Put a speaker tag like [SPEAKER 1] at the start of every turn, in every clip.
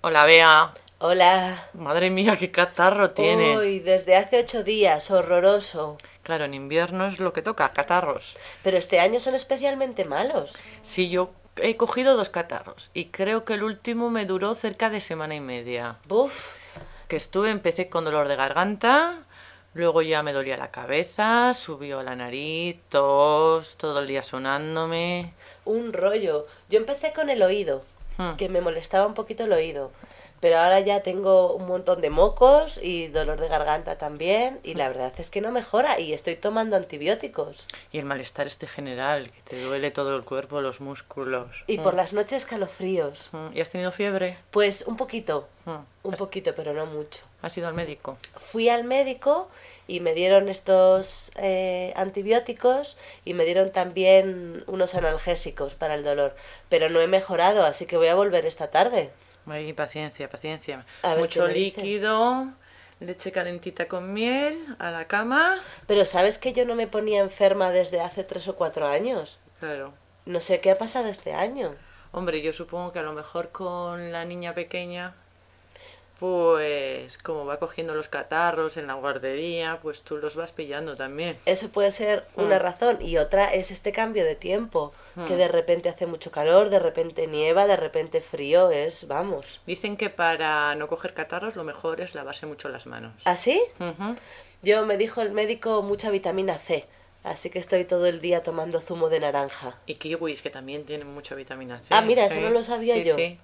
[SPEAKER 1] Hola, Bea.
[SPEAKER 2] Hola.
[SPEAKER 1] Madre mía, qué catarro tiene.
[SPEAKER 2] Uy, desde hace ocho días, horroroso.
[SPEAKER 1] Claro, en invierno es lo que toca, catarros.
[SPEAKER 2] Pero este año son especialmente malos.
[SPEAKER 1] Sí, yo he cogido dos catarros y creo que el último me duró cerca de semana y media.
[SPEAKER 2] Buf.
[SPEAKER 1] Que estuve, empecé con dolor de garganta, luego ya me dolía la cabeza, subió a la nariz, tos, todo el día sonándome.
[SPEAKER 2] Un rollo. Yo empecé con el oído,
[SPEAKER 1] Hmm.
[SPEAKER 2] que me molestaba un poquito el oído. Pero ahora ya tengo un montón de mocos y dolor de garganta también. Y la verdad es que no mejora y estoy tomando antibióticos.
[SPEAKER 1] Y el malestar este general, que te duele todo el cuerpo, los músculos.
[SPEAKER 2] Y por las noches calofríos.
[SPEAKER 1] Mm, ¿Y has tenido fiebre?
[SPEAKER 2] Pues un poquito,
[SPEAKER 1] Mm,
[SPEAKER 2] un poquito, pero no mucho.
[SPEAKER 1] ¿Has ido al médico?
[SPEAKER 2] fui al médico y me dieron estos eh, antibióticos y me dieron también unos analgésicos para el dolor. Pero no he mejorado, así que voy a volver esta tarde.
[SPEAKER 1] Ay, paciencia, paciencia.
[SPEAKER 2] A ver
[SPEAKER 1] Mucho
[SPEAKER 2] qué me dice.
[SPEAKER 1] líquido, leche calentita con miel, a la cama.
[SPEAKER 2] Pero sabes que yo no me ponía enferma desde hace tres o cuatro años.
[SPEAKER 1] Claro.
[SPEAKER 2] No sé qué ha pasado este año.
[SPEAKER 1] Hombre, yo supongo que a lo mejor con la niña pequeña, pues como va cogiendo los catarros en la guardería, pues tú los vas pillando también.
[SPEAKER 2] Eso puede ser una razón y otra es este cambio de tiempo, que de repente hace mucho calor, de repente nieva, de repente frío, es, vamos.
[SPEAKER 1] Dicen que para no coger catarros lo mejor es lavarse mucho las manos.
[SPEAKER 2] ¿Así?
[SPEAKER 1] Ujú.
[SPEAKER 2] Yo me dijo el médico mucha vitamina C, así que estoy todo el día tomando zumo de naranja.
[SPEAKER 1] Y kiwis, que también tienen mucha vitamina C.
[SPEAKER 2] Ah, mira, eso
[SPEAKER 1] sí.
[SPEAKER 2] no lo sabía
[SPEAKER 1] Sí,
[SPEAKER 2] yo.
[SPEAKER 1] sí.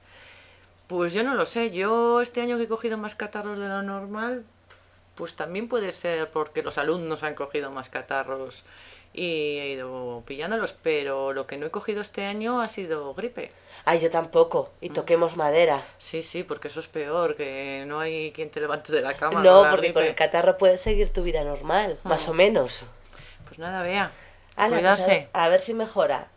[SPEAKER 1] Pues yo no lo sé. Yo este año que he cogido más catarros de lo normal, pues también puede ser porque los alumnos han cogido más catarros y he ido pillándolos, pero lo que no he cogido este año ha sido gripe.
[SPEAKER 2] Ah, yo tampoco, y toquemos madera.
[SPEAKER 1] Sí, sí, porque eso es peor, que no hay quien te levante de la cama. con
[SPEAKER 2] no,
[SPEAKER 1] la
[SPEAKER 2] porque con el
[SPEAKER 1] gripe.
[SPEAKER 2] catarro puedes seguir tu vida normal, más o menos.
[SPEAKER 1] Pues nada, vea.
[SPEAKER 2] Ala, pues a-
[SPEAKER 1] Cuidarse.
[SPEAKER 2] a ver si mejora.